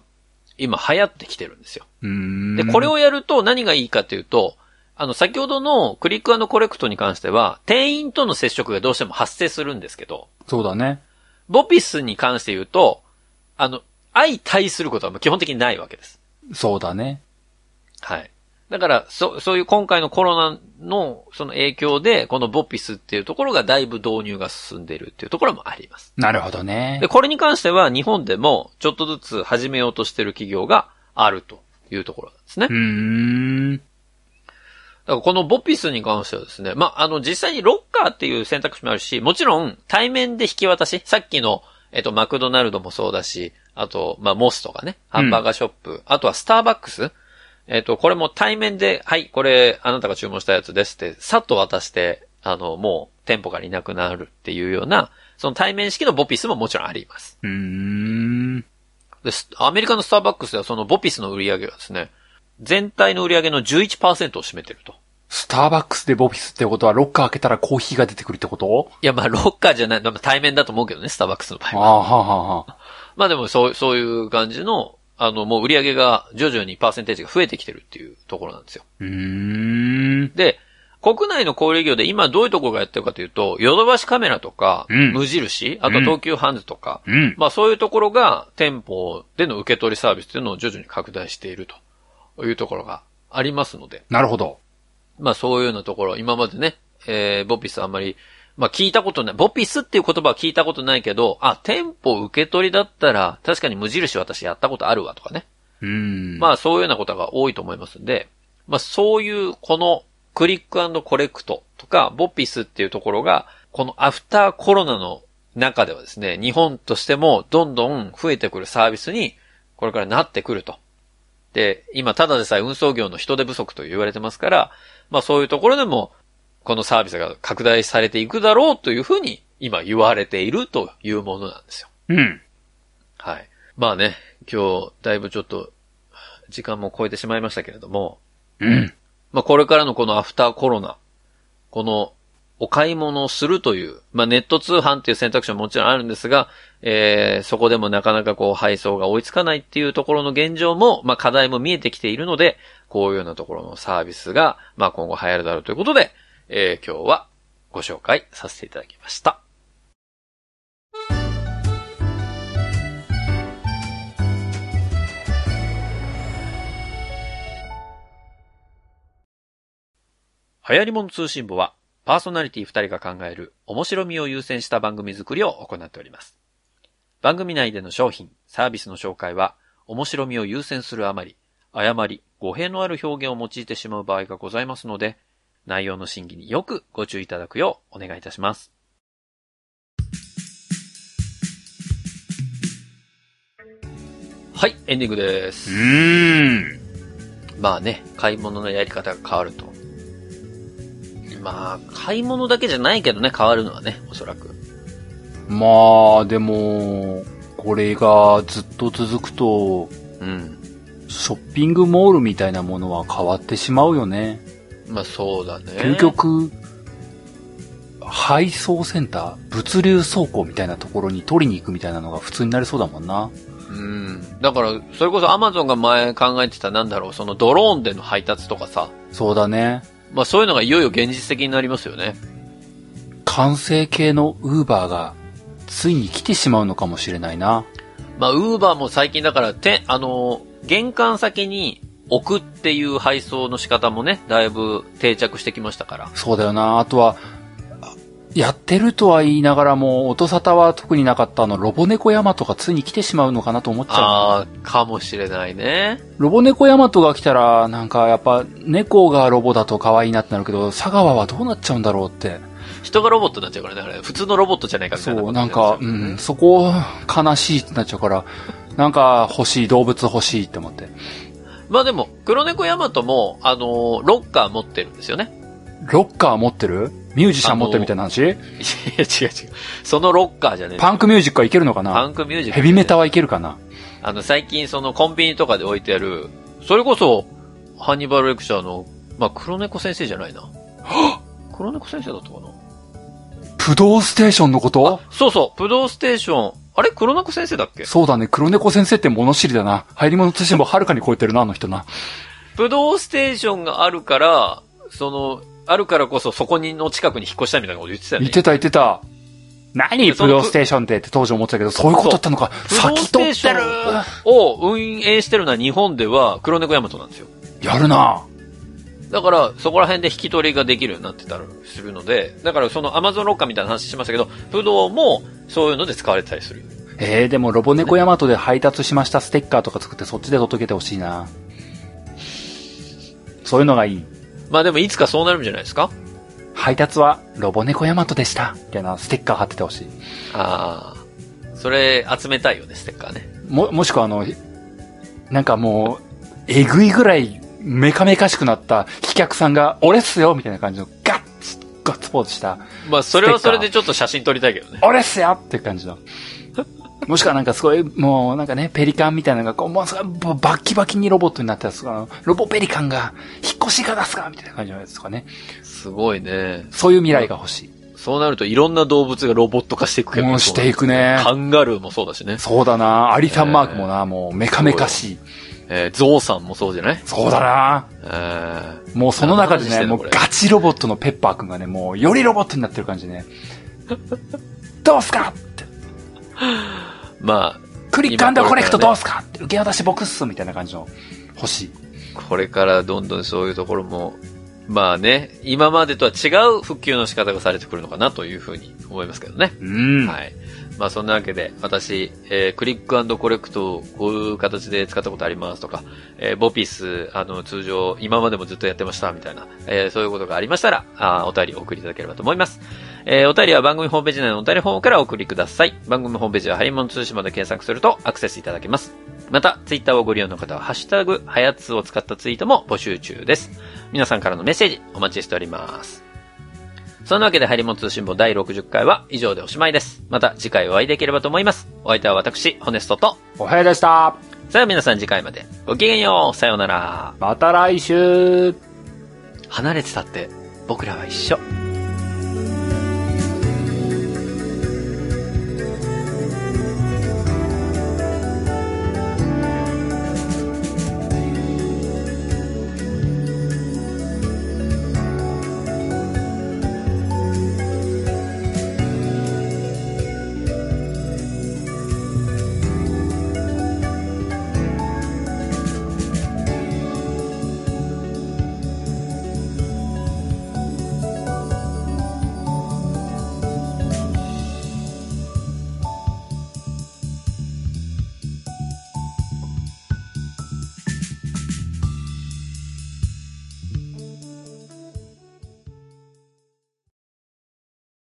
今流行ってきてるんですよ。うーん。で、これをやると何がいいかというと、あの、先ほどのクリックコレクトに関しては、店員との接触がどうしても発生するんですけど、そうだね。ボピスに関して言うと、あの、相対することはもう基本的にないわけです。そうだね。はい。だから、そ、そういう今回のコロナのその影響で、このボピスっていうところがだいぶ導入が進んでいるっていうところもあります。なるほどねで、。これに関しては日本でもちょっとずつ始めようとしてる企業があるというところなんですね。うーん。だからこのボピスに関してはですね、まあ、あの、実際にロッカーっていう選択肢もあるし、もちろん対面で引き渡し、さっきの、えっと、マクドナルドもそうだし、あと、まあ、モスとかね、ハンバーガーショップ、あとはスターバックス。えっと、これも対面で、はい、これ、あなたが注文したやつですって、さっと渡して、あの、もう、店舗からいなくなるっていうような、その対面式のボピスももちろんあります。うーん。で、スアメリカのスターバックスではそのボピスの売り上げがですね、全体の売り上げの11%を占めてると。スターバックスでボフィスってことはロッカー開けたらコーヒーが出てくるってこといや、まあ、ロッカーじゃない、まあ対面だと思うけどね、スターバックスの場あ合は。あ、はあ、はあ。まあでも、そう、そういう感じの、あの、もう売り上げが徐々にパーセンテージが増えてきてるっていうところなんですよ。うーん。で、国内の小売業で今どういうところがやってるかというと、ヨドバシカメラとか、うん無印、あとは東急ハンズとか、うん。まあそういうところが店舗での受け取りサービスというのを徐々に拡大しているというところがありますので、なるほど。まあそういうようなところ、今までね、えー、ボピスあんまり、まあ聞いたことない、ボピスっていう言葉は聞いたことないけど、あ、店舗受け取りだったら、確かに無印私やったことあるわとかね。うーん。まあそういうようなことが多いと思いますんで、まあそういうこのクリックコレクトとか、ボピスっていうところが、このアフターコロナの中ではですね、日本としてもどんどん増えてくるサービスに、これからなってくると。で、今ただでさえ運送業の人手不足と言われてますから、まあそういうところでも、このサービスが拡大されていくだろうというふうに、今言われているというものなんですよ。うん。はい。まあね、今日、だいぶちょっと、時間も超えてしまいましたけれども、うん。まあこれからのこのアフターコロナ、この、お買い物をするという、まあネット通販っていう選択肢ももちろんあるんですが、えー、そこでもなかなかこう配送が追いつかないっていうところの現状も、まあ課題も見えてきているので、こういうようなところのサービスが、まあ今後流行るだろうということで、えー、今日はご紹介させていただきました。流行り物通信簿は、パーソナリティ2人が考える面白みを優先した番組作りを行っております。番組内での商品、サービスの紹介は、面白みを優先するあまり、誤り、語弊のある表現を用いてしまう場合がございますので、内容の審議によくご注意いただくようお願いいたします。はい、エンディングです。うん。まあね、買い物のやり方が変わると。まあ、買い物だけじゃないけどね、変わるのはね、おそらく。まあ、でも、これがずっと続くと、うん。ショッピングモールみたいなものは変わってしまうよね。まあそうだね。究極、配送センター、物流倉庫みたいなところに取りに行くみたいなのが普通になりそうだもんな。うん。だから、それこそアマゾンが前考えてたなんだろう、そのドローンでの配達とかさ。そうだね。まあそういうのがいよいよ現実的になりますよね。完成形のウーバーが、ついに来てしまうのかもしれないな。まあウーバーも最近だから、て、あの、玄関先に置くっていう配送の仕方もね、だいぶ定着してきましたから。そうだよな。あとは、あやってるとは言いながらも、音沙汰は特になかったあの、ロボ猫ヤマトがついに来てしまうのかなと思っちゃう。あー、かもしれないね。ロボ猫ヤマトが来たら、なんかやっぱ、猫がロボだと可愛いなってなるけど、佐川はどうなっちゃうんだろうって。人がロボットになっちゃうからね、あれ。普通のロボットじゃないかみたいなそことう、になっなんちゃかう、うん、そこ、悲しいってなっちゃうから、なんか欲しい、動物欲しいって思って。まあでも、黒猫ヤマトも、あのーロッカー持ってるんですよね。 ロッカー持ってるミュージシャン持ってるみたいな話いや、違う違う。そのロッカーじゃねえ。パンクミュージックはいけるのかパなンクミュージック。ヘビメタは。はいけるかなあの、最近そのコンビニとかで置いてある、それこそ、ハンニバルレクチャーの、まあ、黒猫先生じゃない な。黒猫先生だったかなプドーステーションのことそうそう、プドーステーション。あれ黒猫先生だっけそうだね、黒猫先生って物知りだな。入り物としてもはるかに超えてるな、あの人な。ブドウステーションがあるから、その、あるからこそそこにの近くに引っ越したいみたいなこと言ってたよ言ね。ってた言ってた。何そプのドーステーションってって当時思ってたけど、そういうことだったのか。ブドウ先ステ取ーっシてるョンを運営してるのは日本では黒猫ヤマトなんですよ。やるなだから、そこら辺で引き取りができるようになってたりするので、だからそのアマゾンロッカーみたいな話しましたけど、ブドウもそういうので使われてたりするよ。えー、でもロボ猫ヤマトで配達しましたステッカーとか作ってそっちで届けてほしいなそういうのがいい。まあでもいつかそうなるんじゃないですか配達はロボ猫ヤマトでした。みたいなステッカー貼っててほしい。ああ。それ集めたいよね、ステッカーね。も、もしくはあの、なんかもう、えぐいぐらいメカメカしくなった飛脚さんが、俺っすよみたいな感じのガッツ、ガッツポーズした、まあそれはそれでちょっと写真撮りたいけどね。俺っすよっていう感じの。もしくはなんかすごい、もうなんかね、ペリカンみたいなのがこう、もうすごいもうバッキバキにロボットになってたやつとかあのロボペリカンが、引っ越しいかがっすかみたいな感じのやつとかね。すごいね。そういう未来が欲しい。そうなるといろんな動物がロボット化していくけどもうしていくねカンガルーもそうだしね。そうだなアリさんマークもな、もうメカメカしい。えー、ゾウさんもそうじゃないそうだなえー、もうその中で何してね、んのもこうれガチロボットのペッパーくんがね、もうよりロボットになってる感じでね。どうすかって。まクリック今こコれレからねクトどうすかって。受け渡し僕っすみたいな感じの。欲しい。あ、これからどんどんそういうところも、まあね、今までとは違う復旧の仕方がされてくるのかなというふうに思いますけどね。うん。はい。まあそんなわけで、私、えークリックコレクトをこういう形で使ったことありますとか、えーボピス、あの、通常、今までもずっとやってました、みたいな、えーそういうことがありましたら、あーお便りをお送りいただければと思います。えーお便りは番組ホームページ内のお便りフォームからお送りください。番組ホームページはハリモン通信まで検索するとアクセスいただけます。また、ツイッターをご利用の方は、ハッシュタグ、ハヤツを使ったツイートも募集中です。皆さんからのメッセージ、お待ちしております。そんなわけで、ハリモン通信簿第60回は以上でおしまいです。また次回お会いできればと思います。お相手は私、ホネストと。おはようでした。さあ皆さん次回まで。ごきげんよう。さようなら。また来週。離れてたって、僕らは一緒。